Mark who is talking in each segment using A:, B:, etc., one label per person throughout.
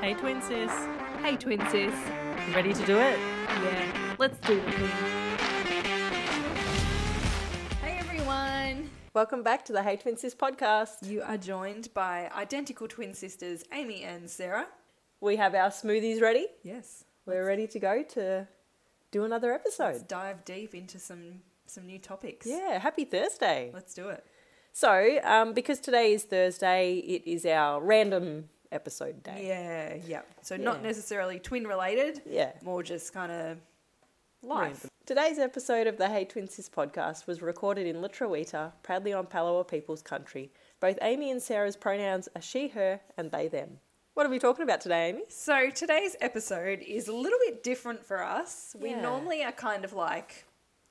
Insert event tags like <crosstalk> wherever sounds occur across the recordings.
A: Hey, twin sis.
B: Hey, twin sis.
A: You Ready to do it?
B: Yeah, let's do the thing. Hey, everyone.
A: Welcome back to the Hey Twin Sis podcast.
B: You are joined by identical twin sisters, Amy and Sarah.
A: We have our smoothies ready.
B: Yes.
A: We're ready to go to do another
B: Let's
A: episode.
B: dive deep into some some new topics.
A: Yeah, happy Thursday.
B: Let's do it.
A: So, um, because today is Thursday, it is our random episode day.
B: Yeah, yeah. So not
A: Yeah.
B: necessarily twin related,
A: Yeah.
B: more just kind of life.
A: Today's episode of the Hey Twin Sis podcast was recorded in Litrawita, proudly on Palawa people's country. Both Amy and Sarah's pronouns are she, her, and they, them. What are we talking about today, Amy?
B: So today's episode is a little bit different for us. We
A: Yeah.
B: normally are kind of like,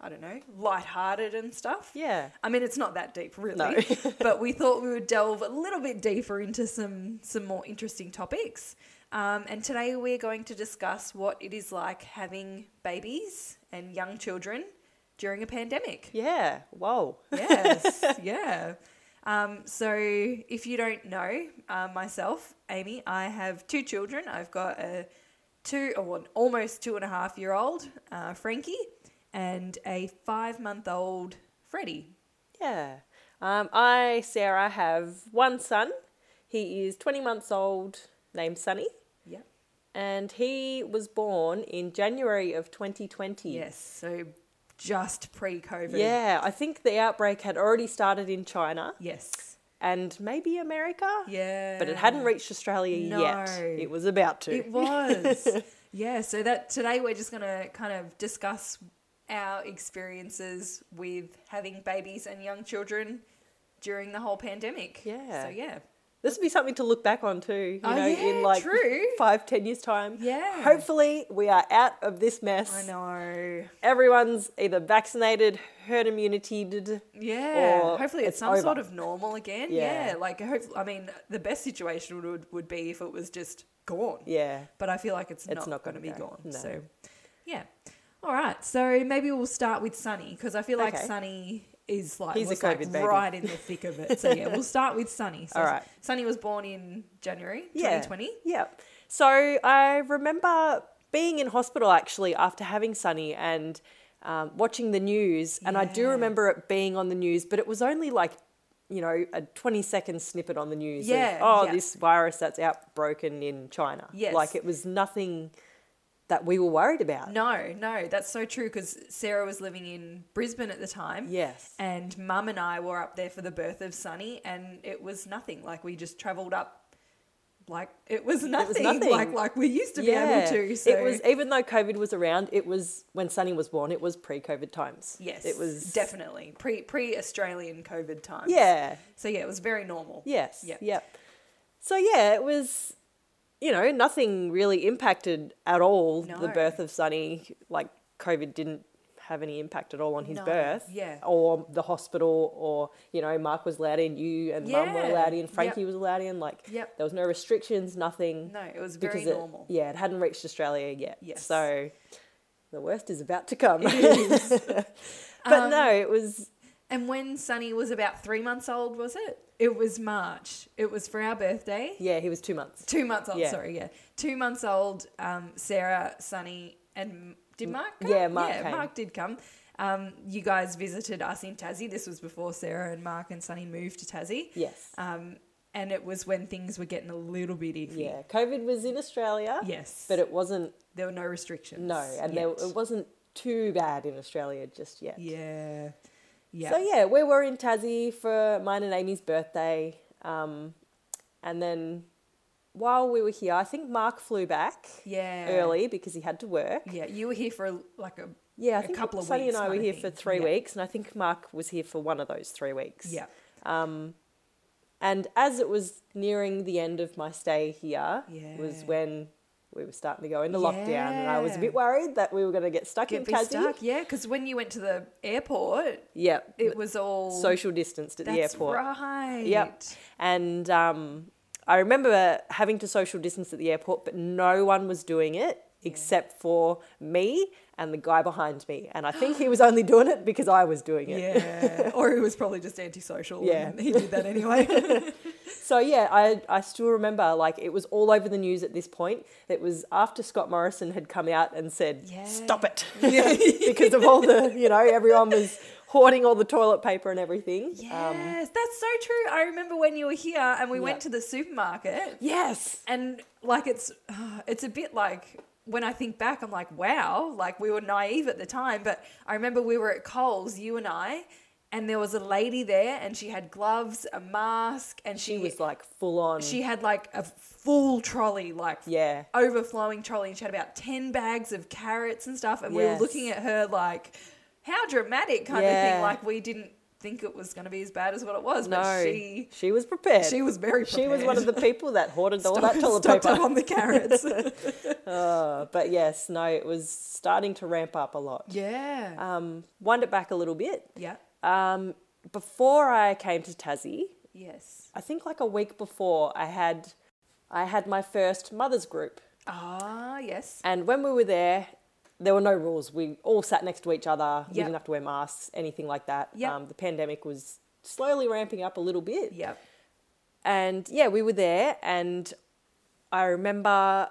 B: I don't know, lighthearted and stuff.
A: Yeah.
B: I mean, it's not that deep, really.
A: No.
B: <laughs> but we thought we would delve a little bit deeper into some some more interesting topics. Um, and today we're going to discuss what it is like having babies and young children during a pandemic.
A: Yeah. Whoa.
B: Yes,
A: <laughs>
B: yeah. Um, so if you don't know, uh, myself, Amy, I have two children. I've got a two, or an almost two and a half year old uh, Frankie, and a five month old Freddie.
A: Yeah. Um, I, Sarah, have one son. He is 20 months old, named Sonny,
B: Yep.
A: and he was born in January of 2020.
B: Yes. So just pre COVID.
A: Yeah, I think the outbreak had already started in China
B: Yes.
A: and maybe America,
B: Yeah.
A: but it hadn't reached Australia
B: No.
A: yet. It was about to. <laughs>
B: It was. yeah. So that today we're just gonna kind of discuss our experiences with having babies and young children during the whole pandemic.
A: Yeah.
B: So yeah.
A: This would be something to look back on too, you
B: Oh,
A: know, in
B: yeah,
A: like
B: true.
A: five, ten years' time.
B: Yeah.
A: Hopefully, we are out of this mess.
B: I know.
A: Everyone's either vaccinated, herd immunity,
B: Yeah.
A: Or
B: Hopefully it's,
A: it's
B: some sort
A: over.
B: of normal again.
A: Yeah.
B: Yeah. Like hope I mean the best situation would would be if it was just gone.
A: yeah.
B: but I feel like it's,
A: It's
B: not,
A: not
B: going to be
A: gonna go.
B: gone.
A: No.
B: So, yeah. All right. So maybe we'll start with Sunny because I feel like
A: Okay.
B: Sunny is like
A: He's a
B: was like
A: COVID baby.
B: right in the thick of it. So yeah,
A: <laughs>
B: we'll start with Sunny. So
A: All right.
B: Sunny was born in January
A: Yeah.
B: 2020.
A: Yeah. So I remember being in hospital actually after having Sunny and um, watching the news, and I do
B: Yeah.
A: remember it being on the news, but it was only like you know a twenty second snippet on the news. of,
B: Yeah,
A: oh,
B: yeah.
A: this virus that's outbroken in China.
B: Yes.
A: Like it was nothing that we were worried about.
B: No, no, that's so true because Sarah was living in Brisbane at the time.
A: Yes.
B: And mum and I were up there for the birth of Sunny, and it was nothing. Like we just travelled up, like it was nothing. <laughs>
A: nothing.
B: Like like we used to be able to. So
A: It was even though COVID was around, it was when Sunny was born, it was pre-COVID times.
B: Yes,
A: It was
B: definitely pre pre Australian COVID times.
A: Yeah.
B: So yeah, it was very normal.
A: Yes.
B: Yep.
A: Yep. So yeah, it was, you know, nothing really impacted at all the
B: No.
A: birth of Sonny. Like COVID didn't have any impact at all on his
B: No,
A: birth.
B: yeah.
A: Or the hospital or, you know, Mark was allowed in, you and Mum were
B: Yeah,
A: allowed in,
B: yep.
A: Frankie was allowed in. Like
B: Yep.
A: there was no restrictions, nothing.
B: No, it was very
A: because it-
B: normal.
A: yeah, it hadn't reached Australia yet.
B: Yes.
A: So the worst is about to come. <laughs> but no,
B: Um,
A: it was
B: And when Sunny was about three months old, was it? It was March. It was for our birthday.
A: yeah, he was two months.
B: Two months old.
A: Yeah.
B: Sorry, yeah, two months old. Um, Sarah, Sunny, and did Mark? Come?
A: yeah, Mark came.
B: Mark did come. Um, you guys visited us in Tassie. This was before Sarah and Mark and Sunny moved to Tassie.
A: Yes.
B: Um, and it was when things were getting a little bit iffy.
A: Yeah, COVID was in Australia.
B: Yes.
A: But it wasn't,
B: there were no restrictions.
A: no, and there,
B: yet.
A: it wasn't too bad in Australia just yet.
B: Yeah. Yeah.
A: So, yeah, we were in Tassie for mine and Amy's birthday. Um, and then while we were here, I think Mark flew back
B: yeah.
A: early because he had to work.
B: Yeah, you were here for like a
A: Yeah, I
B: A
A: think
B: couple of
A: Sonny
B: weeks
A: and I were
B: kinda
A: here
B: thing.
A: for three
B: Yeah.
A: weeks, and I think Mark was here for one of those three weeks.
B: yeah.
A: Um, and as it was nearing the end of my stay here, was
B: Yeah.
A: when we were starting to go into lockdown, and I was a bit
B: Yeah.
A: worried that we were going to get stuck in
B: Get be
A: Tassie.
B: stuck. Yeah, because when you went to the airport,
A: Yep,
B: it was all
A: social distanced at
B: That's
A: the airport,
B: Right.
A: Yep. and um, I remember having to social distance at the airport, but no one was doing it. except for me and the guy behind me. And I think he
B: <gasps>
A: was only doing it because I was doing it. <laughs>
B: Yeah. or he was probably just antisocial.
A: Yeah.
B: And he did that anyway.
A: So yeah, I I still remember like it was all over the news at this point. It was after Scott Morrison had come out and said,
B: Yeah.
A: "Stop it,"
B: <laughs>
A: <laughs> because of all the you know everyone was hoarding all the toilet paper and everything. <laughs> Um,
B: yes, that's so true. I remember when you were here and we
A: Yeah.
B: went to the supermarket.
A: yes.
B: and like it's <sighs> it's a bit like when I think back, I'm like, wow, like we were naive at the time. But I remember we were at Coles, you and I, and there was a lady there, and she had gloves, a mask, and she,
A: She was like full on.
B: she had like a full trolley, like
A: Yeah.
B: overflowing trolley, and she had about ten bags of carrots and stuff, and we were
A: Yes.
B: looking at her like, how dramatic kind of
A: Yeah.
B: thing. Like we didn't think it was going to be as bad as what it was,
A: no,
B: but she
A: she was prepared.
B: she was very
A: She was
B: <laughs>
A: one of the people that hoarded all that toilet
B: stocked
A: paper.
B: up on the
A: <laughs>
B: carrots.
A: Uh, but yes, no, it was starting to ramp up a lot.
B: yeah.
A: Um, wind it back a little bit.
B: Yeah.
A: Um, before I came to Tassie,
B: Yes.
A: I think like a week before I had I had my first mother's group.
B: Ah, yes.
A: And when we were there, there were no rules. We all sat next to each other. We
B: Yep.
A: didn't have to wear masks, anything like that.
B: Yep.
A: Um, the pandemic was slowly ramping up a little bit.
B: Yep.
A: And yeah, we were there and I remember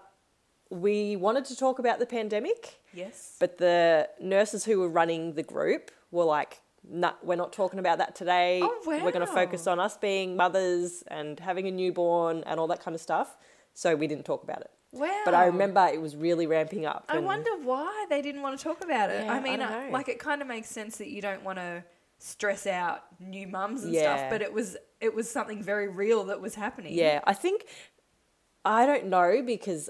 A: we wanted to talk about the pandemic,
B: Yes.
A: but the nurses who were running the group were like, nah, we're not talking about that today.
B: Oh,
A: We're going to
B: wow.
A: focus on us being mothers and having a newborn and all that kind of stuff. So we didn't talk about it.
B: Wow.
A: But I remember it was really ramping up.
B: Oh. I
A: and-
B: wonder why they didn't want to talk about it.
A: Yeah, I
B: I mean,
A: don't
B: I-
A: know.
B: like it kind of makes sense that you don't want to stress out new mums and
A: Yeah.
B: stuff, but it was it was something very real that was happening.
A: Yeah, I think I don't know because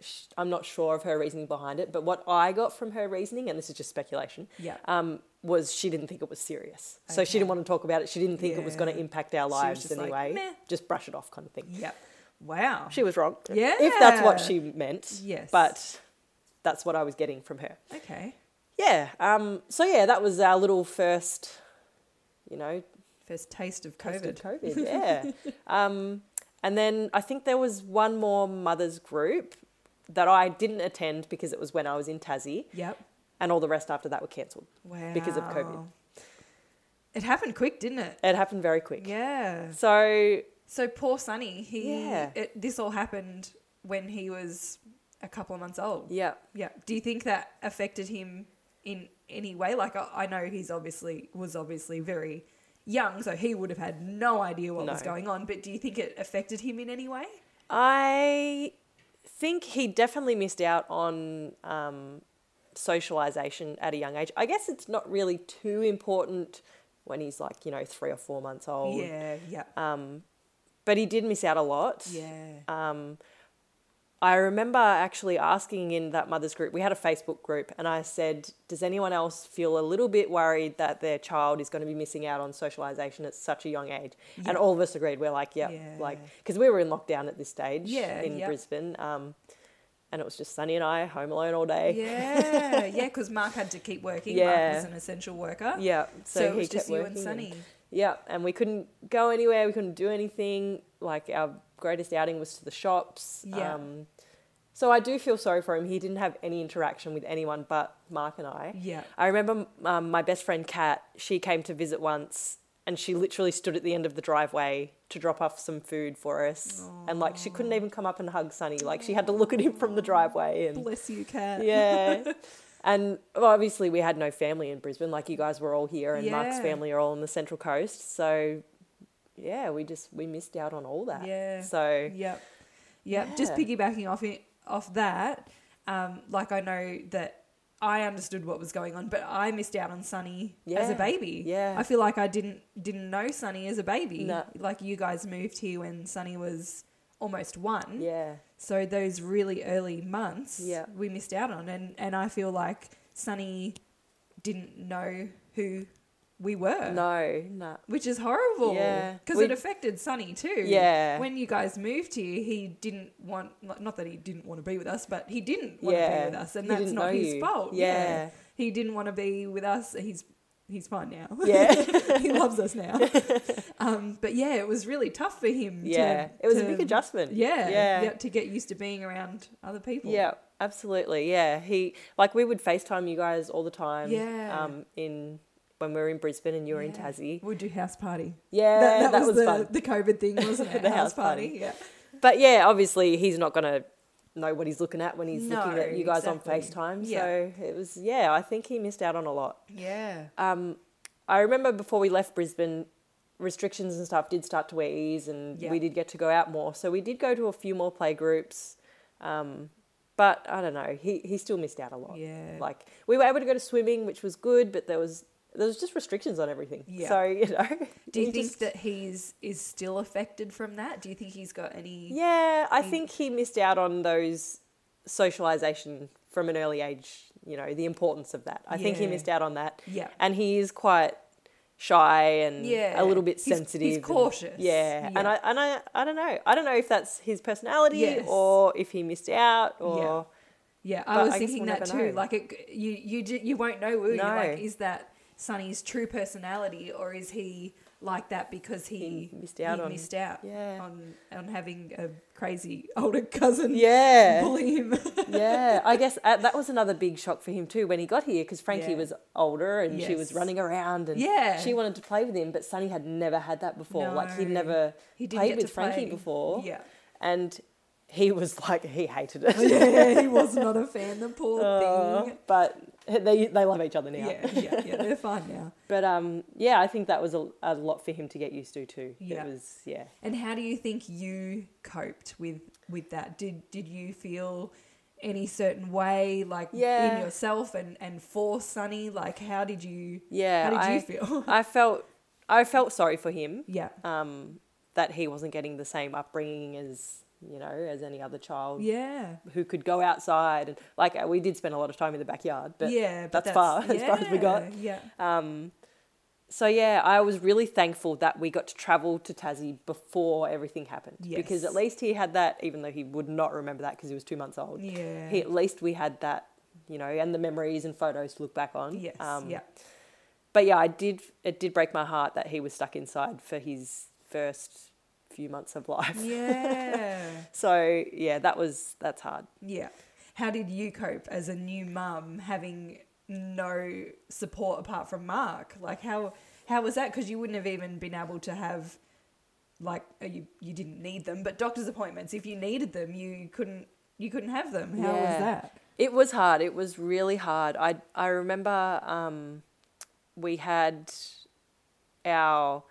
A: sh- I'm not sure of her reasoning behind it. But what I got from her reasoning, and this is just speculation,
B: Yeah.
A: um, was she didn't think it was serious, so she didn't want to talk about it. She didn't think it was
B: Yeah.
A: going to impact our
B: was
A: lives
B: just like,
A: anyway.
B: "Meh."
A: Just brush it off, kind of thing.
B: Yep. Wow.
A: She was wrong. if that's what
B: Yeah.
A: she meant.
B: Yes.
A: but that's what I was getting from her.
B: okay.
A: Yeah. Um. So yeah, that was our little first, you know,
B: First taste of
A: Taste of
B: COVID.
A: COVID, yeah.
B: <laughs>
A: um, and then I think there was one more mother's group that I didn't attend because it was when I was in Tassie,
B: Yep.
A: and all the rest after that were cancelled.
B: Wow.
A: Because of COVID.
B: It happened quick, didn't it?
A: It happened very quick.
B: Yeah.
A: So
B: So poor Sonny, he
A: Yeah.
B: it, this all happened when he was a couple of months old.
A: yeah,
B: Yeah. Do you think that affected him in any way? Like I, I know he's obviously was obviously very young, so he would have had no idea what was
A: No.
B: going on. But do you think it affected him in any way?
A: I think he definitely missed out on um, socialization at a young age. I guess it's not really too important when he's like you know three or four months old.
B: Yeah. Yeah.
A: Um, but he did miss out a lot.
B: yeah.
A: um, I remember actually asking in that mother's group, we had a Facebook group, and I said, Does anyone else feel a little bit worried that their child is going to be missing out on socialization at such a young age? And all of us agreed. We're like, Yeah,
B: Yeah.
A: like, because we were in lockdown at this stage
B: Yeah,
A: in
B: yeah.
A: Brisbane. Um, and it was just Sunny and I home alone all day.
B: yeah, yeah, because Mark had to keep working.
A: Yeah.
B: Mark was an essential worker.
A: Yeah,
B: So, it was just you and
A: working
B: Sonny.
A: yeah, and we couldn't go anywhere. We couldn't do anything. Like our greatest outing was to the shops.
B: Yeah.
A: Um, so I do feel sorry for him. He didn't have any interaction with anyone but Mark and I.
B: Yeah.
A: I remember um, my best friend Kat. She came to visit once, and she literally stood at the end of the driveway to drop off some food for us. And like she couldn't even come up and hug Sunny. Like she had to look at him from the driveway. And
B: Bless you, Cat.
A: yeah. <laughs> And well, obviously, we had no family in Brisbane. Like you guys were all here, and Mark's
B: Yeah.
A: family are all on the Central Coast. So, yeah, we just we missed out on all that.
B: Yeah.
A: So
B: Yep. Yep. Just
A: Yeah.
B: piggybacking off it, off that, um, like I know that I understood what was going on, but I missed out on Sunny as
A: Yeah.
B: a baby.
A: Yeah.
B: I feel like I didn't didn't know Sunny as a baby.
A: No.
B: Like you guys moved here when Sunny was almost one.
A: yeah,
B: So those really early months
A: Yeah.
B: we missed out on and, and I feel like Sunny didn't know who we were
A: no, no,
B: which is horrible.
A: Yeah.
B: because
A: We-
B: it affected Sonny too.
A: Yeah.
B: when you guys moved here, he didn't want not that he didn't want to be with us, but he didn't want to
A: Yeah.
B: be with us, and
A: He
B: that's
A: didn't
B: not
A: know
B: his
A: you.
B: fault.
A: Yeah.
B: he didn't want to be with us. He's he's fine now. <laughs>
A: Yeah.
B: he loves us now. <laughs> Um, but yeah, it was really tough for him.
A: Yeah.
B: to,
A: It was a
B: to-
A: big adjustment.
B: Yeah,
A: Yeah.
B: yeah, to get used to being around other people.
A: Yeah, absolutely. Yeah, he like we would FaceTime you guys all the time.
B: Yeah.
A: Um, in when we were in Brisbane and you were in
B: Yeah.
A: Tassie.
B: We'd do house party.
A: Yeah, that, was,
B: the,
A: fun.
B: the COVID thing, wasn't
A: <laughs>
B: it?
A: The house party.
B: Yeah.
A: But yeah, obviously he's not gonna know what he's looking at when he's looking
B: No,
A: at you guys on
B: exactly.
A: FaceTime.
B: Yeah.
A: So it was yeah, I think he missed out on a lot.
B: Yeah.
A: Um, I remember before we left Brisbane, restrictions and stuff did start to ease, and
B: Yeah.
A: we did get to go out more. So we did go to a few more play groups, um, but I don't know. He he still missed out a lot.
B: Yeah.
A: Like we were able to go to swimming, which was good, but there was there was just restrictions on everything.
B: Yeah.
A: So you know,
B: Do
A: <laughs>
B: you
A: he
B: think
A: just-
B: that he's is still affected from that? Do you think he's got any?
A: Yeah, I
B: he-
A: think he missed out on those socialization from an early age. You know, the importance of that. I think he
B: Yeah.
A: missed out on that.
B: Yeah.
A: and he is quite shy and
B: Yeah.
A: a little bit
B: He's- he's
A: sensitive. and-
B: cautious.
A: yeah. and
B: Yeah.
A: I and I I don't know. I don't know if that's his personality
B: Yes.
A: or if he missed out or
B: Yeah, I
A: But
B: was
A: I guess
B: thinking
A: we'll
B: that
A: never
B: too.
A: know.
B: Like, it, you you ju- you won't know, will you?
A: No.
B: Like, is that Sonny's true personality, or is he like that because he,
A: He missed out
B: he
A: on-
B: missed out
A: yeah.
B: on on having a crazy older cousin
A: yeah.
B: bully him? <laughs>
A: yeah, I guess uh, that was another big shock for him too when he got here because Frankie
B: Yeah.
A: was older and she was
B: Yes.
A: running around and
B: Yeah.
A: she wanted to play with him, but Sonny had never had that before. Like he'd
B: No.
A: never
B: He didn't
A: played
B: get
A: with
B: to
A: Frankie
B: play.
A: before,
B: yeah,
A: and he was like he hated it.
B: yeah, <laughs> he was not a fan. The poor
A: <laughs> Uh,
B: thing.
A: but they they love each other now.
B: Yeah, yeah, yeah. They're fine now.
A: But um, yeah, I think that was a, a lot for him to get used to too.
B: Yeah.
A: It was yeah.
B: And how do you think you coped with with that? Did did you feel any certain way, like
A: Yeah.
B: in yourself and and for Sunny? Like, how did you?
A: Yeah.
B: how did
A: I,
B: you feel? <laughs>
A: I felt I felt sorry for him.
B: yeah,
A: Um, that he wasn't getting the same upbringing as you know as any other child
B: yeah,
A: who could go outside and like we did spend a lot of time in the backyard, but
B: yeah.
A: that's far- <laughs> as far as we got.
B: Yeah,
A: um. So yeah, I was really thankful that we got to travel to Tassie before everything happened because
B: Yes.
A: at least he had that, even though he would not remember that because he was two months old.
B: yeah,
A: he, at least we had that, you know, and the memories and photos to look back on.
B: yes,
A: Um, <laughs>
B: yeah,
A: But yeah, I did. It did break my heart that he was stuck inside for his first few months of life.
B: yeah,
A: <laughs> So yeah, that was that's hard.
B: yeah. How did you cope as a new mum having no support apart from Mark? Like, how how was that? Because you wouldn't have even been able to have like uh, you you didn't need them, but doctor's appointments. If you needed them, you couldn't you couldn't have them. How was
A: Yeah.
B: that?
A: It was hard. It was really hard. I I remember um, we had our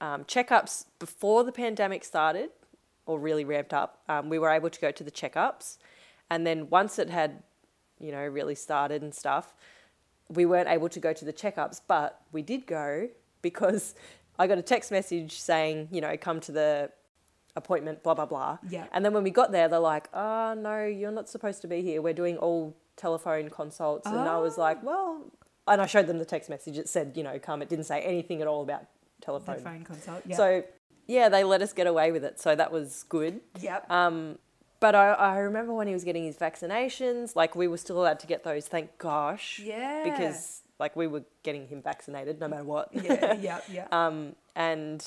A: um, checkups before the pandemic started, or really ramped up. Um, we were able to go to the checkups, and then once it had, you know, really started and stuff, we weren't able to go to the checkups, but we did go because <laughs> I got a text message saying, you know, come to the appointment, blah blah blah.
B: Yeah.
A: And then when we got there, they're like, oh, no, you're not supposed to be here. We're doing all telephone consults. And I was like, well, and I showed them the text message. It said, you know, come. It didn't say anything at all about telephone.
B: The phone consult. Yeah.
A: So, yeah, they let us get away with it. So that was good.
B: yep.
A: Um, but I, I remember when he was getting his vaccinations, like we were still allowed to get those, thank gosh.
B: yeah.
A: Because, like, we were getting him vaccinated no matter what.
B: <laughs> yeah, yeah, yeah.
A: <laughs> Um, and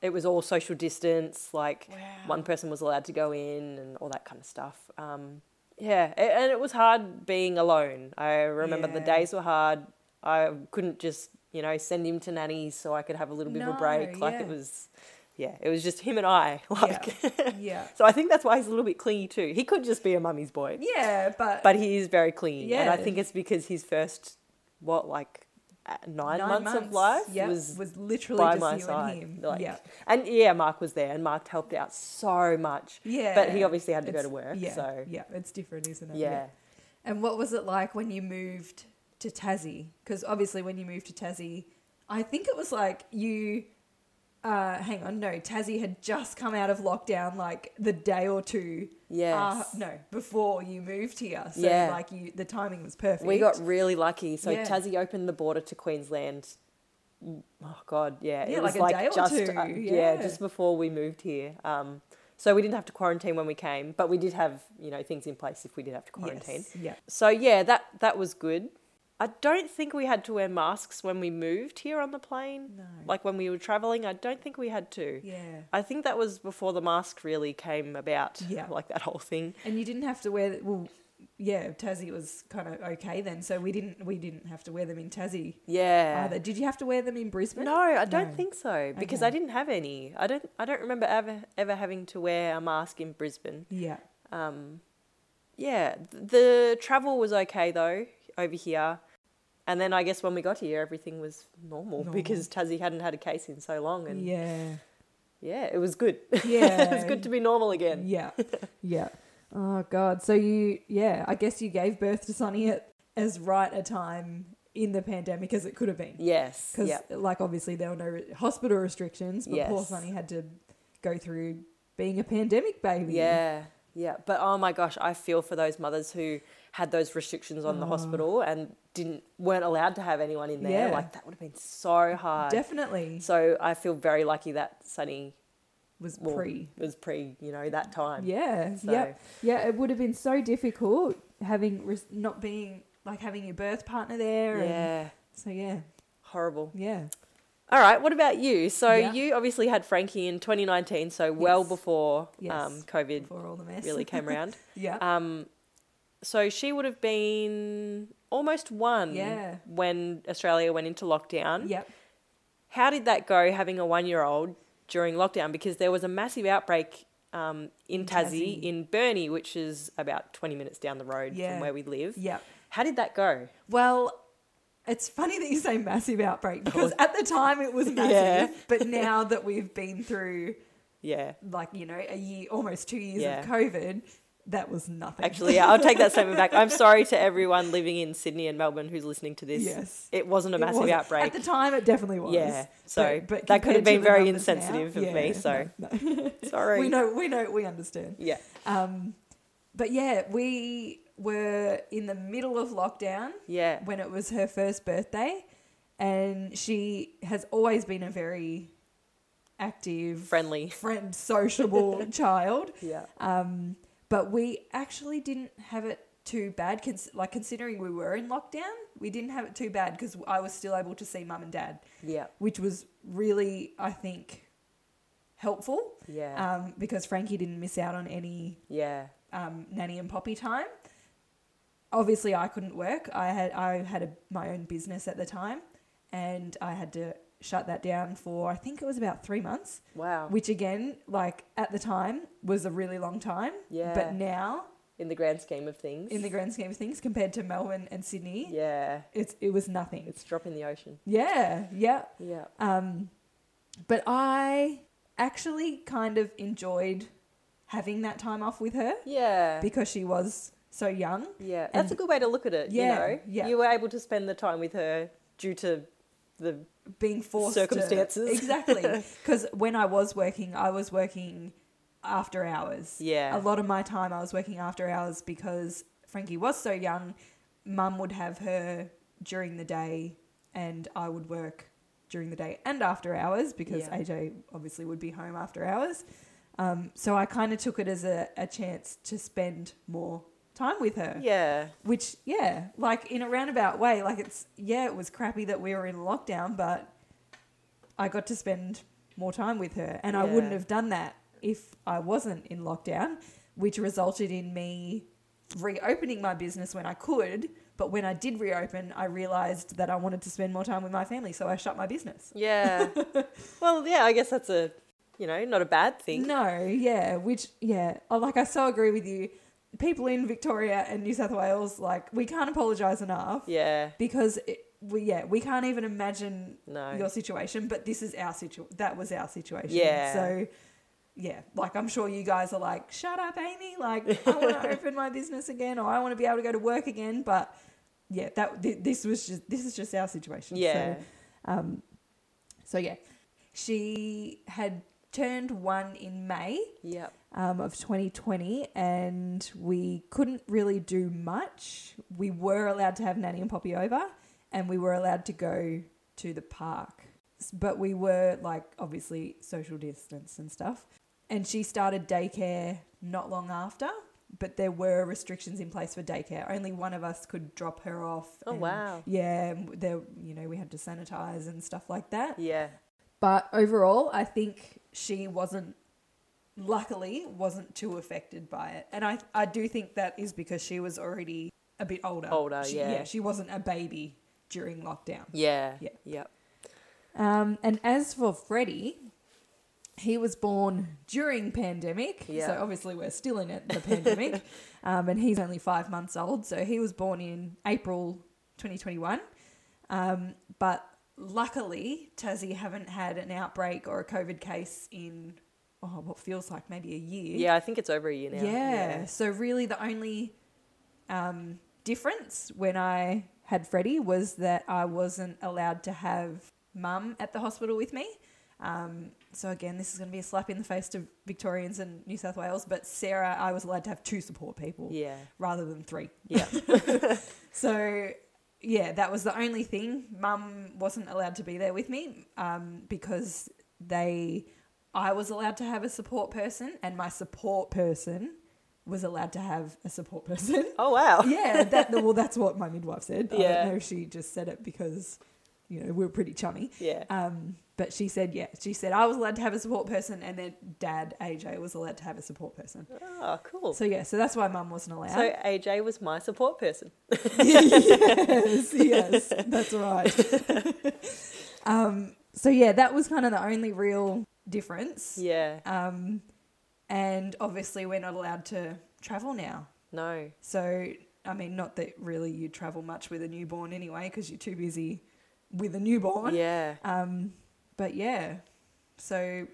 A: it was all social distance, like
B: Wow.
A: one person was allowed to go in and all that kind of stuff. Um, yeah, a- and it was hard being alone. I remember the
B: Yeah.
A: days were hard. I couldn't just, you know, send him to nanny so I could have a little bit of
B: No,
A: a break. Like
B: yeah.
A: it was, yeah, it was just him and I. <laughs> Like,
B: yeah.
A: so I think that's why he's a little bit clingy too. He could just be a mummy's boy,
B: Yeah, but,
A: but he is very clingy, and I
B: Yeah.
A: think it's because his first, what, like uh, nine, months, of life
B: yeah,
A: was
B: was literally
A: by
B: just
A: my
B: you
A: side.
B: and him.
A: Like,
B: yeah.
A: And yeah, Mark was there, and Mark helped out so much.
B: Yeah.
A: But he obviously had to go
B: It's-
A: to work.
B: Yeah.
A: So
B: Yeah, it's different, isn't it?
A: yeah.
B: And what was it like when you moved to Tassie? Because obviously, when you moved to Tassie, I think it was like you. Uh, hang on, no, Tassie had just come out of lockdown like the day or two. uh,
A: Yes.
B: no, before you moved here. So
A: Yeah.
B: like you, the timing was perfect.
A: We got really lucky. So
B: Yeah.
A: Tassie opened the border to Queensland. Oh God, yeah,
B: Yeah,
A: it was
B: like
A: like,
B: a day or
A: just
B: two,
A: uh, yeah.
B: yeah.
A: just before we moved here. Um, so we didn't have to quarantine when we came, but we did have you know things in place if we did have to quarantine.
B: Yes, yeah,
A: So yeah, that that was good. I don't think we had to wear masks when we moved here on the plane.
B: No.
A: Like when we were traveling, I don't think we had to.
B: Yeah.
A: I think that was before the mask really came about.
B: Yeah.
A: <laughs> Like that whole thing.
B: And you didn't have to wear well yeah, Tassie was kind of okay then, so we didn't we didn't have to wear them in Tassie
A: Yeah.
B: either. Did you have to wear them in Brisbane?
A: No, I don't
B: Oh, No.
A: think so because I
B: Okay.
A: didn't have any. I don't. I don't remember ever ever having to wear a mask in Brisbane.
B: Yeah.
A: Um, yeah, th- the travel was okay though over here, and then I guess when we got here, everything was normal,
B: Normal.
A: because Tassie hadn't had a case in so long, and yeah,
B: Yeah.
A: <laughs> it was good. <laughs> it was
B: Yeah.
A: good to be normal again. <laughs>
B: Yeah. Yeah. Oh God. So you yeah, I guess you gave birth to Sonny at as right a time in the pandemic as it could have been.
A: Yes.
B: Because
A: yeah.
B: like obviously there were no re- hospital restrictions, but poor
A: Yes.
B: Sonny had to go through being a pandemic baby.
A: Yeah, yeah. But oh my gosh, I feel for those mothers who had those restrictions on the
B: Oh.
A: hospital and didn't weren't allowed to have anyone in there.
B: Yeah.
A: Like that would have been so hard.
B: Definitely
A: So I feel very lucky that Sunny
B: was
A: well,
B: pre.
A: was pre, you know, that time.
B: Yeah.
A: So
B: Yeah. Yeah, it would have been so difficult having res- not being like having your birth partner there. And,
A: yeah,
B: so yeah,
A: horrible.
B: yeah,
A: All right, what about you? So
B: Yeah.
A: you obviously had Frankie in 2019, so well
B: Yes.
A: before
B: Yes.
A: um, COVID
B: before all the mess.
A: really
B: <laughs>
A: came around.
B: yeah.
A: Um, so she would have been almost one
B: Yeah.
A: when Australia went into lockdown.
B: Yep.
A: How did that go having a one year old during lockdown? Because there was a massive outbreak um, in
B: In
A: Tassie,
B: Tassie.
A: in Burnie, which is about 20 minutes down the road
B: Yeah.
A: from where we live.
B: Yep.
A: How did that go?
B: Well, it's funny that you say massive outbreak because at the time it was massive,
A: <laughs> Yeah.
B: but now that we've been through
A: Yeah.
B: like you know a year, almost two years
A: Yeah.
B: of COVID, that was nothing.
A: Actually, yeah, I'll take that statement back. I'm sorry to everyone living in Sydney and Melbourne who's listening to this.
B: Yes.
A: It wasn't a
B: It
A: massive
B: was-
A: outbreak.
B: At the time, <laughs> it definitely was.
A: Yeah, so that could
B: compared
A: have
B: to
A: been
B: the
A: very
B: numbers now,
A: insensitive of me, so
B: no,
A: <laughs>
B: no. <laughs>
A: sorry.
B: we know, we know, we understand.
A: Yeah.
B: Um, but yeah, we were in the middle of lockdown
A: Yeah.
B: when it was her first birthday, and she has always been a very active,
A: Friendly.
B: friend, sociable child.
A: Yeah.
B: Um, but we actually didn't have it too bad. Cons- like considering we were in lockdown, we didn't have it too bad because I was still able to see mum and dad,
A: Yeah.
B: which was really, I think, helpful.
A: Yeah.
B: Um, because Frankie didn't miss out on any
A: Yeah.
B: um, nanny and poppy time. Obviously, I couldn't work. I had I had a, my own business at the time, and I had to shut that down for I think it was about three months
A: Wow.
B: which again, like at the time, was a really long time.
A: Yeah.
B: But now,
A: in the grand scheme of things.
B: in the grand scheme of things, compared to Melbourne and Sydney,
A: Yeah.
B: it's it was nothing.
A: It's a drop in the ocean.
B: Yeah, yeah.
A: Yeah.
B: Um, but I actually kind of enjoyed having that time off with her
A: Yeah.
B: because she was so young.
A: Yeah, that's a
B: And-
A: good way to look at it.
B: Yeah,
A: you know,
B: yeah.
A: you were able to spend the time with her due to the
B: being forced to-
A: Circumstances.
B: exactly
A: <laughs>
B: because when i was working i was working after hours
A: Yeah.
B: a lot of my time i was working after hours because frankie was so young mum would have her during the day and i would work during the day and after hours because
A: Yeah.
B: aj obviously would be home after hours um, so i kind of took it as a, a chance to spend more time with her
A: yeah,
B: which yeah like in a roundabout way like it's yeah it was crappy that we were in lockdown but i got to spend more time with her and i
A: Yeah.
B: wouldn't have done that if i wasn't in lockdown which resulted in me reopening my business when i could but when i did reopen i realized that i wanted to spend more time with my family so i shut my business <laughs>
A: yeah. well, yeah, I guess that's a you know not a bad thing.
B: No, yeah, which yeah, oh, like I so agree with you. People in Victoria and New South Wales, like we can't apologise enough.
A: Yeah,
B: because it, we yeah we can't even imagine
A: no.
B: your situation but this is our situation that was our situation
A: Yeah.
B: so yeah like i'm sure you guys are like shut up amy like i
A: <laughs>
B: want to open my business again or i want to be able to go to work again but yeah that th- this was just this is just our situation
A: yeah,
B: so, um so yeah she had turned one in may
A: yeah,
B: um, of 2020, and we couldn't really do much. We were allowed to have Nanny and Poppy over, and we were allowed to go to the park, S- but we were like obviously social distance and stuff. And she started daycare not long after, but there were restrictions in place for daycare. Only one of us could drop her off.
A: Oh,
B: and,
A: wow.
B: Yeah, and there you know we had to sanitize and stuff like that.
A: Yeah.
B: But overall, I think she wasn't luckily wasn't too affected by it. And I I do think that is because she was already a bit older.
A: Older,
B: She-
A: yeah.
B: She wasn't a baby during lockdown.
A: Yeah.
B: Yeah.
A: Yep.
B: Um, and as for Freddie, he was born during pandemic,
A: Yeah.
B: so obviously we're still in it, the pandemic, um, and he's only five months old. So he was born in April 2021, um, but luckily Tassie haven't had an outbreak or a COVID case in oh, what feels like maybe a year.
A: Yeah, I think it's over a year now.
B: Yeah. So really, the only um, difference when I had Freddie was that I wasn't allowed to have mum at the hospital with me. Um, so again, this is going to be a slap in the face to Victorians and New South Wales. But Sarah, I was allowed to have two support people
A: Yeah.
B: rather than three.
A: Yeah.
B: <laughs>
A: <laughs>
B: So yeah, that was the only thing. Mum wasn't allowed to be there with me um, because they, I was allowed to have a support person, and my support person was allowed to have a support person.
A: <laughs> Oh wow.
B: yeah, that, well, that's what my midwife said. I
A: Yeah.
B: don't know if she just said it because, you know, we were pretty chummy.
A: <laughs> Yeah.
B: Um, but she said, yeah, she said I was allowed to have a support person, and then dad AJ was allowed to have a support person.
A: Oh, cool. So,
B: So yeah, so that's why mum wasn't allowed.
A: AJ was my support person.
B: <laughs> yes, yes, that's right. um, so yeah, that was kind of the only real difference.
A: <laughs> Yeah.
B: Um, and obviously, we're not allowed to travel now.
A: No.
B: So I mean, not that really you travel much with a newborn anyway, because you're too busy with a newborn.
A: Yeah.
B: Um, but yeah, so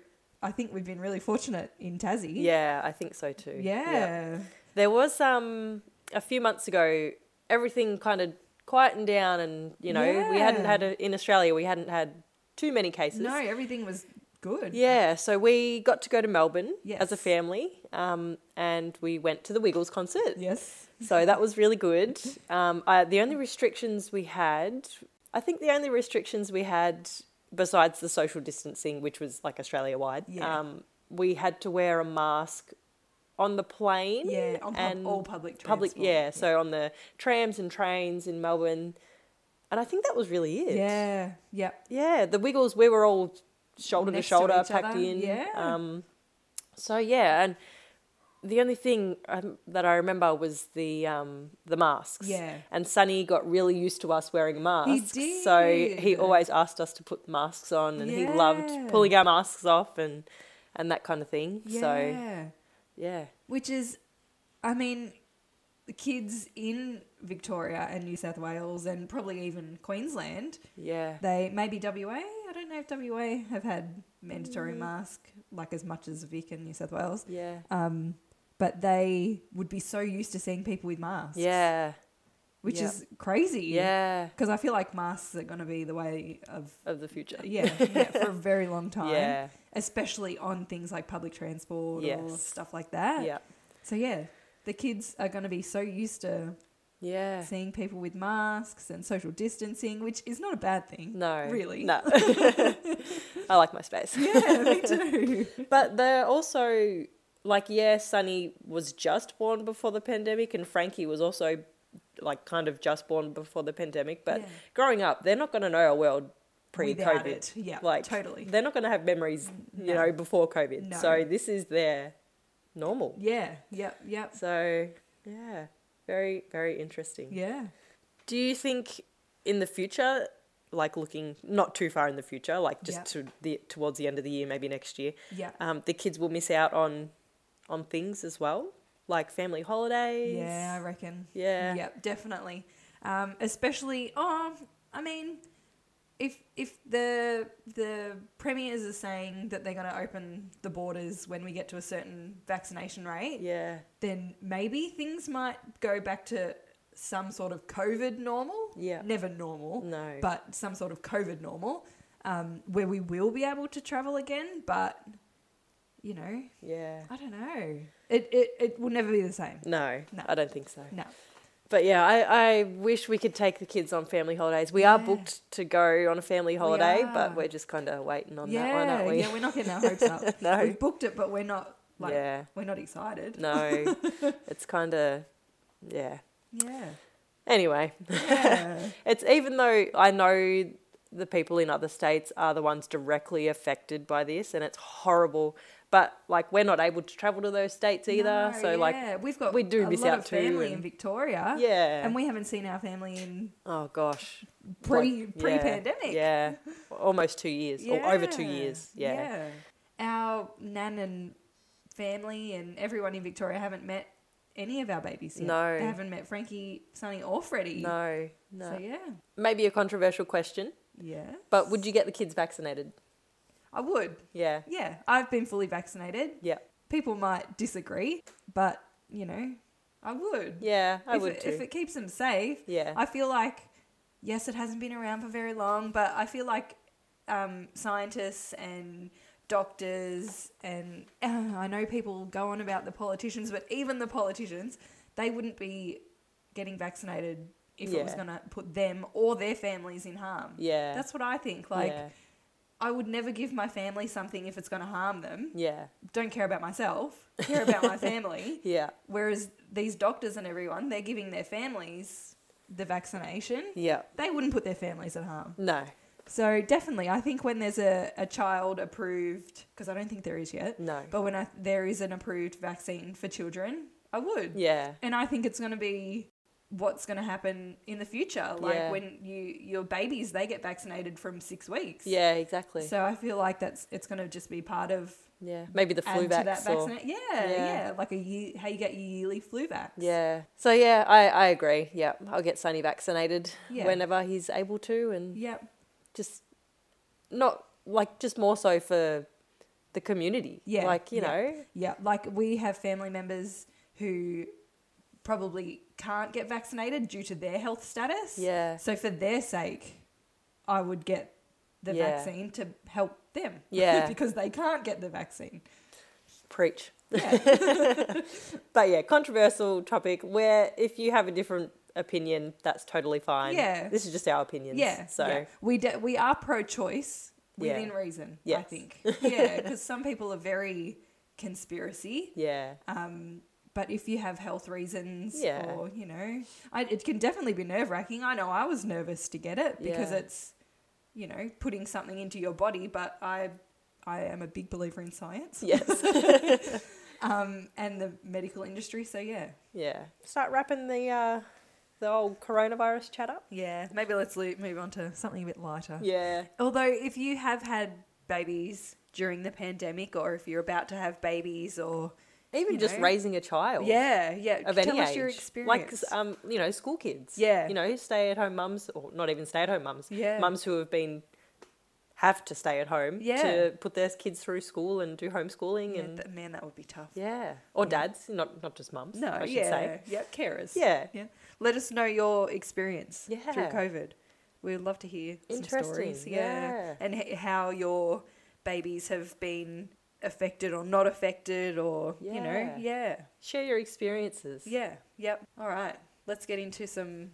B: I think we've been really fortunate in Tassie.
A: Yeah, I think so too. Yep.
B: Yeah.
A: There was um a few months ago everything kind of quietened down and you know, we hadn't
B: Yeah.
A: had a, in Australia we hadn't had too many cases.
B: No, everything was good.
A: Yeah, so we got to go to Melbourne
B: Yes.
A: as a family, um, and we went to the Wiggles concert.
B: Yes.
A: So that was really good. Um, I, the only restrictions we had, I think the only restrictions we had, besides the social distancing, which was like Australia wide,
B: Yeah.
A: um, we had to wear a mask on the plane.
B: Yeah, on pub-
A: and
B: all public
A: Public,
B: transport,
A: yeah,
B: yeah.
A: So on the trams and trains in Melbourne, and I think that was really it.
B: Yeah. Yep.
A: Yeah, the Wiggles, we were all shoulder
B: Next
A: to
B: to
A: shoulder,
B: each
A: packed
B: other,
A: in.
B: yeah.
A: Um, so yeah, and the only thing um, that I remember was the um, the masks.
B: Yeah.
A: And Sunny got really used to us wearing masks. So he
B: did.
A: always asked us to put the masks on, and he loved
B: Yeah.
A: pulling our masks off and and that kind of thing. So yeah,
B: Which is, I mean, the kids in Victoria and New South Wales and probably even Queensland,
A: yeah,
B: they maybe WA. I don't know if WA have had mandatory
A: Mm.
B: mask like as much as Vic and New South Wales.
A: yeah,
B: Um, but they would be so used to seeing people with masks.
A: yeah,
B: Which
A: Yeah.
B: is crazy.
A: yeah.
B: Because I feel like masks are going to be the way of,
A: <laughs> Of the future.
B: yeah, yeah, for a very long time.
A: Yeah,
B: especially on things like public transport or
A: Yes.
B: stuff like that.
A: yeah,
B: So yeah, the kids are going to be so used to
A: yeah.
B: seeing people with masks and social distancing, which is not a bad thing.
A: No,
B: really.
A: no. <laughs> I like my space.
B: <laughs> Yeah, me too.
A: But they're also like, yeah, Sunny was just born before the pandemic, and Frankie was also like kind of just born before the pandemic. <laughs> But
B: Yeah.
A: growing up, they're not going to know a world
B: Without
A: pre-COVID.
B: it, yeah,
A: like
B: totally.
A: They're not going to have memories, you
B: No.
A: know, before COVID.
B: No.
A: So this is their normal.
B: Yeah, yep, yep,
A: So yeah, very very interesting.
B: yeah.
A: Do you think in the future, like looking not too far in the future, like just
B: Yeah.
A: to the towards the end of the year, maybe next year,
B: Yeah.
A: um, the kids will miss out on on things as well, like family holidays.
B: Yeah, I reckon.
A: Yeah.
B: Yep, definitely. Um, especially, oh, I mean, if if the the premiers are saying that they're going to open the borders when we get to a certain vaccination rate,
A: yeah,
B: then maybe things might go back to some sort of COVID normal.
A: Yeah.
B: Never normal.
A: No.
B: But some sort of COVID normal, um, where we will be able to travel again, but you know,
A: yeah.
B: I don't know. It it, it will never be the same.
A: No,
B: No.
A: I don't think so.
B: No.
A: But yeah, I, I wish we could take the kids on family holidays. We are
B: Yeah.
A: booked to go on a family holiday,
B: are.
A: but we're just kind of waiting on <laughs>
B: yeah,
A: that one, aren't we? <laughs>
B: yeah, we're not getting our hopes up.
A: No.
B: We've booked it, but we're not Like,
A: Oh.
B: <laughs>
A: Yeah.
B: we're not excited.
A: No, it's kind of, yeah.
B: Yeah.
A: <laughs> Anyway,
B: Yeah.
A: it's even though I know the people in other states are the ones directly affected by this, and it's horrible. But like, we're not able to travel to those states either.
B: No,
A: so like,
B: yeah. we've got
A: we do
B: a
A: miss
B: lot
A: out
B: of
A: too,
B: family in
A: and-
B: Victoria.
A: yeah.
B: And we haven't seen our family in
A: oh gosh.
B: pre
A: Like, yeah,
B: pre pandemic.
A: Yeah. Almost two years, or over two years. yeah.
B: Our nan and family and everyone in Victoria haven't met any of our babies yet.
A: No.
B: They haven't met Frankie, Sonny, or Freddie.
A: No, no.
B: So, yeah.
A: Maybe a controversial question,
B: Yeah.
A: but would you get the kids vaccinated?
B: I would.
A: Yeah,
B: Yeah. I've been fully vaccinated.
A: yeah,
B: People might disagree, but, you know, I would.
A: yeah. I
B: if
A: would
B: it,
A: too.
B: If it keeps them safe,
A: Yeah.
B: I feel like, yes, it hasn't been around for very long, but I feel like um, scientists and doctors and <sighs> uh, I know people go on about the politicians, but even the politicians, they wouldn't be getting vaccinated if it was
A: Yeah.
B: going to put them or their families in harm.
A: yeah,
B: That's what I think. Like,
A: yeah,
B: I would never give my family something if it's going to harm them.
A: yeah,
B: Don't care about myself, care
A: <laughs>
B: about my family.
A: yeah,
B: Whereas these doctors and everyone, they're giving their families the vaccination.
A: yeah.
B: They wouldn't put their families at harm.
A: No,
B: So definitely, I think when there's a, a child approved, because I don't think there is yet,
A: no.
B: but when I, there is an approved vaccine for children, I would.
A: Yeah,
B: And I think it's going to be what's going to happen in the future. Like
A: Yeah.
B: when you your babies, they get vaccinated from six weeks.
A: yeah, exactly.
B: So I feel like that's it's going to just be part of
A: yeah, maybe the
B: add
A: flu
B: to that
A: vax or
B: vaccina- Yeah, yeah,
A: Yeah.
B: like a year, how you get your yearly flu vax.
A: yeah. So yeah, I I agree. Yeah, I'll get Sonny vaccinated
B: Yeah.
A: whenever he's able to, and
B: Yep.
A: just not like just more so for the community.
B: Yeah,
A: like you
B: yeah.
A: know.
B: Yeah. Like we have family members who probably can't get vaccinated due to their health status.
A: Yeah,
B: So for their sake, I would get the
A: Yeah.
B: vaccine to help them.
A: Yeah.
B: <laughs> because they can't get the
A: <laughs>
B: vaccine.
A: preach.
B: Yeah.
A: But yeah, controversial topic where if you have a different opinion, that's totally fine.
B: Yeah.
A: This is just our opinions.
B: yeah.
A: So
B: yeah. we de- we are pro choice
A: Yeah.
B: within reason, I
A: Yes.
B: think. Yeah, because some people are very conspiracy.
A: yeah.
B: <laughs> Um, but if you have health reasons,
A: Yeah.
B: or you know, I, it can definitely be nerve wracking. I know I was nervous to get it because
A: Yeah.
B: it's, you know, putting something into your body. But I, I am a big believer in science
A: Yes.
B: <laughs> um, and the medical industry. So yeah,
A: yeah. Start wrapping the uh the old coronavirus chat up.
B: yeah. Maybe let's lo- move on to something a bit lighter.
A: Yeah.
B: Although, if you have had babies during the pandemic, or if you're about to have babies, or
A: Even
B: You
A: just
B: know.
A: raising a child.
B: yeah, yeah,
A: Of
B: tell
A: any
B: us
A: age.
B: your experience.
A: Like um, you know, school kids.
B: Yeah.
A: You know, stay at home mums or not even stay at home mums.
B: Yeah.
A: Mums who have been have to stay at home
B: Yeah.
A: to put their kids through school and do homeschooling
B: Yeah,
A: and
B: th- man, that would be tough.
A: yeah. Or
B: Yeah.
A: dads, not not just mums,
B: No,
A: I should
B: yeah,
A: say.
B: yeah, carers.
A: Yeah.
B: yeah. Let us know your experience through
A: Yeah.
B: COVID. We'd love to hear some stories.
A: Interesting, yeah.
B: and h- how your babies have been affected or not affected, or you know,
A: Yeah.
B: yeah,
A: Share your experiences.
B: yeah, yep. All right, let's get into some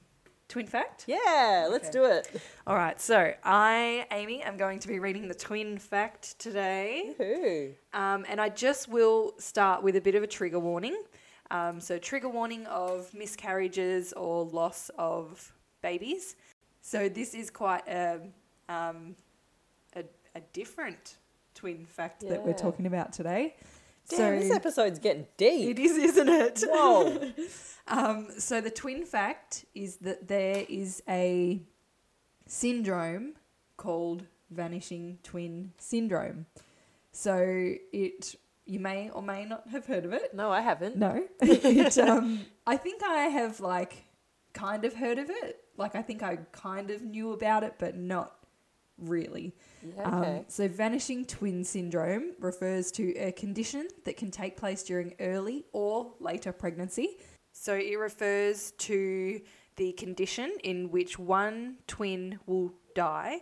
B: twin fact.
A: Yeah, let's
B: Okay.
A: do it.
B: All right, so I, Amy, am going to be reading the twin fact today.
A: Who?
B: Um, and I just will start with a bit of a trigger warning. Um, so, trigger warning of miscarriages or loss of babies. So, this is quite a, um, a, a different twin fact that we're
A: Yeah.
B: talking about today.
A: Damn,
B: so,
A: this episode's getting deep.
B: it is, isn't it?
A: Whoa.
B: <laughs> Um, so, the twin fact is that there is a syndrome called vanishing twin syndrome. So, it you may or may not have heard of it.
A: no, I haven't.
B: No. <laughs> it, um, I think I have like kind of heard of it. Like I think I kind of knew about it, but not really.
A: Yeah, okay.
B: Um, so vanishing twin syndrome refers to a condition that can take place during early or later pregnancy. So it refers to the condition in which one twin will die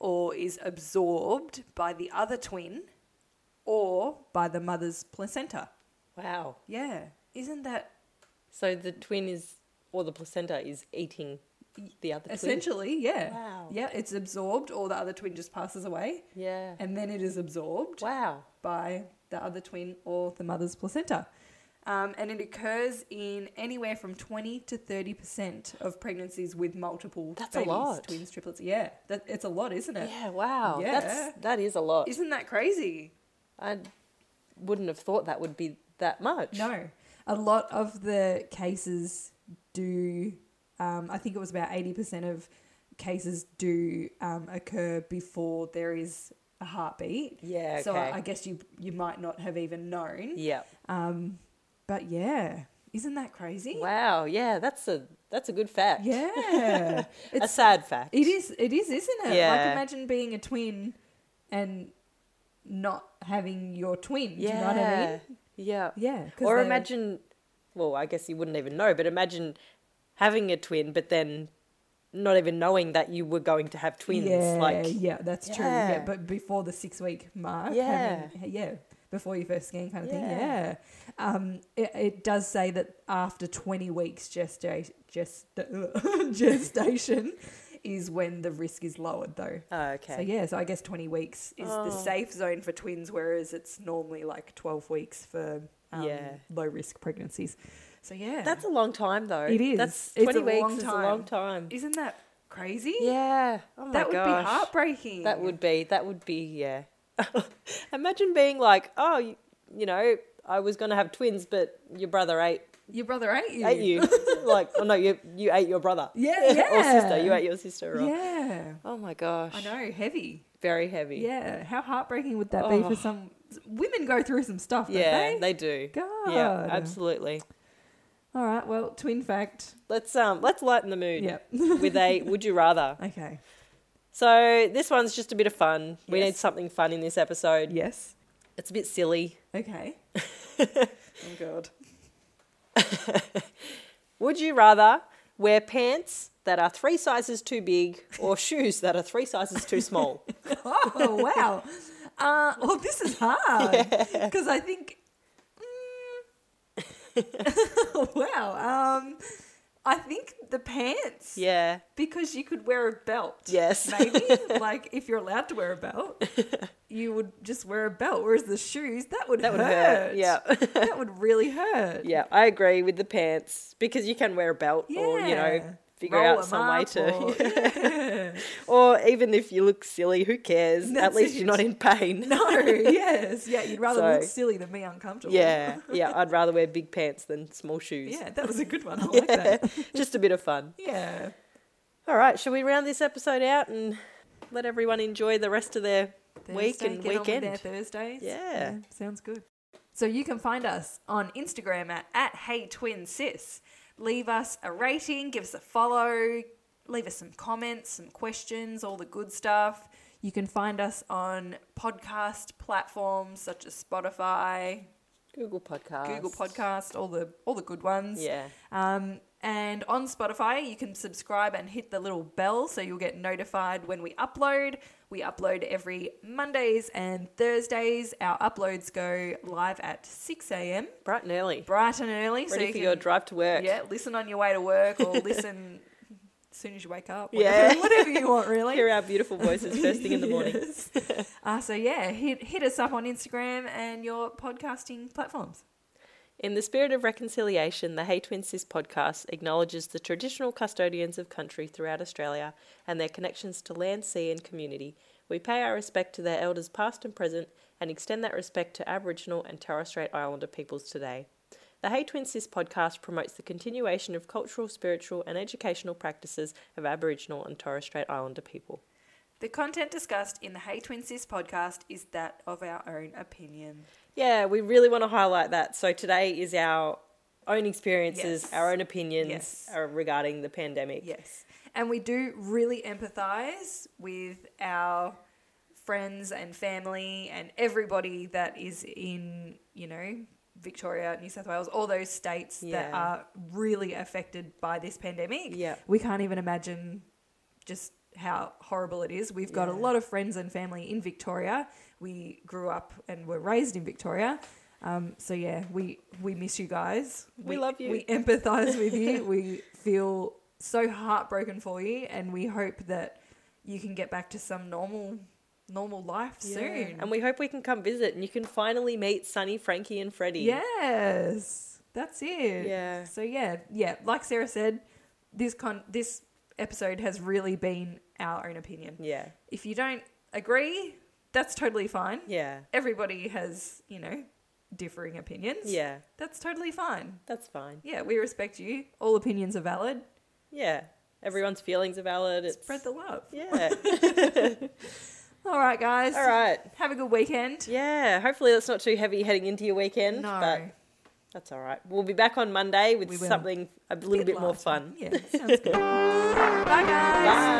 B: or is absorbed by the other twin or by the mother's placenta.
A: wow.
B: Yeah. Isn't that
A: So the twin is, or the placenta is eating the other
B: E essentially, yeah.
A: Wow.
B: Yeah, it's absorbed or the other twin just passes away
A: twin. Yeah.
B: and then it is absorbed
A: Wow.
B: by the other twin or the mother's placenta. Um, and it occurs in anywhere from 20 to 30% of pregnancies with multiple
A: That's a
B: babies,
A: lot.
B: twins, triplets. Yeah, that, it's a lot, isn't it?
A: Yeah, wow.
B: Yeah.
A: That's that is a lot.
B: Isn't that crazy?
A: I wouldn't have thought that would be that much.
B: No. A lot of the cases do, um, I think it was about 80% of cases do um, occur before there is a heartbeat.
A: Yeah, okay.
B: So I, I guess you you might not have even known.
A: yeah.
B: Um, but yeah, isn't that crazy?
A: Wow. Yeah, that's a that's a good fact. <laughs>
B: Yeah,
A: a
B: it's
A: sad fact.
B: it is it is isn't it? Like
A: Yeah.
B: imagine being a twin and not having your twin.
A: Yeah.
B: Do you know what I mean?
A: Yeah.
B: Yeah. 'cause
A: Or
B: they're-
A: imagine, well, I guess you wouldn't even know, but imagine having a twin, but then not even knowing that you were going to have twins.
B: Yeah,
A: like,
B: yeah, that's true. Yeah,
A: Yeah.
B: but before the six week mark.
A: Yeah.
B: having- yeah. Before your first scan, kind of thing. Yeah.
A: Yeah.
B: Um, it, it does say that after 20 weeks gestation, <laughs> gest- gestation is when the risk is lowered, though.
A: oh, okay. Oh.
B: So yeah, so I guess 20 weeks is the safe zone for twins, whereas it's normally like 12 weeks for um,
A: Yeah.
B: low risk pregnancies. So yeah,
A: That's a long time, though.
B: It is.
A: That's
B: It's
A: 20
B: a
A: weeks
B: long
A: is a
B: time.
A: long time.
B: isn't that crazy?
A: Yeah. Oh, my
B: that would
A: gosh.
B: be heartbreaking.
A: That would be, that would be, yeah. <laughs> imagine being like, oh, you, you know, I was going to have twins, but your brother ate
B: your brother ate you.
A: ate
B: <laughs>
A: you. like, oh no, you you ate your brother. <laughs>
B: Yeah,
A: or
B: yeah.
A: sister. You ate your sister. Or,
B: Yeah,
A: Oh my gosh.
B: I know. Heavy.
A: Very heavy.
B: Yeah, how heartbreaking would that be
A: Oh.
B: for some women? Go through some stuff, don't
A: Yeah,
B: they?
A: they do.
B: God.
A: Yeah, absolutely.
B: All right. Well, twin fact.
A: Let's um let's lighten the mood
B: Yep. <laughs>
A: with a would you rather.
B: okay.
A: So this one's just a bit of fun. We
B: Yes.
A: need something fun in this episode.
B: Yes.
A: It's a bit silly. <laughs>
B: Okay. oh God.
A: Would you rather wear pants that are three sizes too big or <laughs> shoes that are three sizes too
B: <laughs>
A: small?
B: Oh wow. Uh, well, this is hard because I think. Mm, <laughs> wow. Um, I think the pants.
A: yeah.
B: Because you could wear a belt.
A: Yes.
B: Maybe like if you're allowed to wear a belt, you would just wear a belt. Whereas the shoes, that would
A: <laughs> That would hurt.
B: hurt.
A: Yeah.
B: that would really hurt.
A: Yeah, I agree with the pants because you can wear a belt or you
B: Yeah.
A: know figure out
B: Roll 'em
A: some way
B: up
A: to.
B: or-
A: <laughs> Or even if you look silly, who cares?
B: That's
A: At least
B: it.
A: you're not in pain. <laughs>
B: no. Yes. Yeah. You'd rather look
A: So-
B: silly than be uncomfortable.
A: Yeah, yeah. I'd rather wear big pants than small shoes.
B: Yeah. That was a good one. I like that.
A: Just a bit of fun.
B: Yeah.
A: All right, shall we round this episode out and let everyone enjoy the rest of their week
B: Thursday,
A: and
B: get on with
A: weekend?
B: their Thursdays.
A: Yeah.
B: sounds good. So you can find us on Instagram at, at Hey Twin Sis. Leave us a rating, give us a follow, leave us some comments, some questions, all the good stuff. You can find us on podcast platforms such as Spotify,
A: Google Podcast.
B: Google Podcast, all the all the good ones.
A: Yeah.
B: Um, and on Spotify, you can subscribe and hit the little bell so you'll get notified when we upload. We upload every Mondays and Thursdays. Our uploads go live at 6 a.m.
A: Bright and early.
B: bright and early. so
A: Ready
B: you
A: for
B: can,
A: your drive to work.
B: Yeah, listen on your way to work or listen <laughs> as soon as you wake up.
A: Yeah.
B: Whatever, whatever
A: <laughs>
B: you want, really.
A: Hear our beautiful voices first thing in the morning.
B: Yes. uh, so, yeah, hit, hit us up on Instagram and your podcasting platforms.
A: In the spirit of reconciliation, the Hey Twin Sis podcast acknowledges the traditional custodians of country throughout Australia and their connections to land, sea, and community. We pay our respect to their elders past and present and extend that respect to Aboriginal and Torres Strait Islander peoples today. The Hey Twin Sis podcast promotes the continuation of cultural, spiritual, and educational practices of Aboriginal and Torres Strait Islander people.
B: The content discussed in the Hey Twin Sis podcast is that of our own opinion.
A: Yeah, we really want to highlight that. So today is our own experiences,
B: Yes.
A: our own opinions
B: Yes.
A: uh, regarding the pandemic.
B: Yes. And we do really empathize with our friends and family and everybody that is in, you know, Victoria, New South Wales, all those states that
A: Yeah.
B: are really affected by this pandemic.
A: Yeah.
B: We can't even imagine just how horrible it is. We've got a
A: Yeah.
B: lot of friends and family in Victoria. We grew up and were raised in Victoria. Um, so yeah, we we miss you guys.
A: We love you.
B: We empathize
A: <laughs>
B: with you. We feel so heartbroken for you, and we hope that you can get back to some normal normal life soon.
A: And we hope we can come visit and you can finally meet Sunny, Frankie, and Freddie.
B: Yes, that's it.
A: Yeah.
B: So yeah, yeah. Like Sarah said, this con this episode has really been our own opinion.
A: Yeah.
B: If you don't agree, that's totally fine.
A: Yeah.
B: Everybody has you know differing opinions.
A: Yeah.
B: That's totally fine.
A: That's fine.
B: Yeah, we respect you. All opinions are valid.
A: Yeah. Everyone's feelings are valid. It's
B: Spread the love. <laughs>
A: Yeah.
B: All right, guys.
A: All right.
B: Have a good weekend.
A: Yeah. Hopefully that's not too heavy heading into your weekend.
B: No.
A: But that's all right. We'll be back on Monday with
B: We will.
A: something a little bit more <laughs>
B: laughs.
A: fun.
B: Yeah, sounds good. Bye, guys.
A: Bye.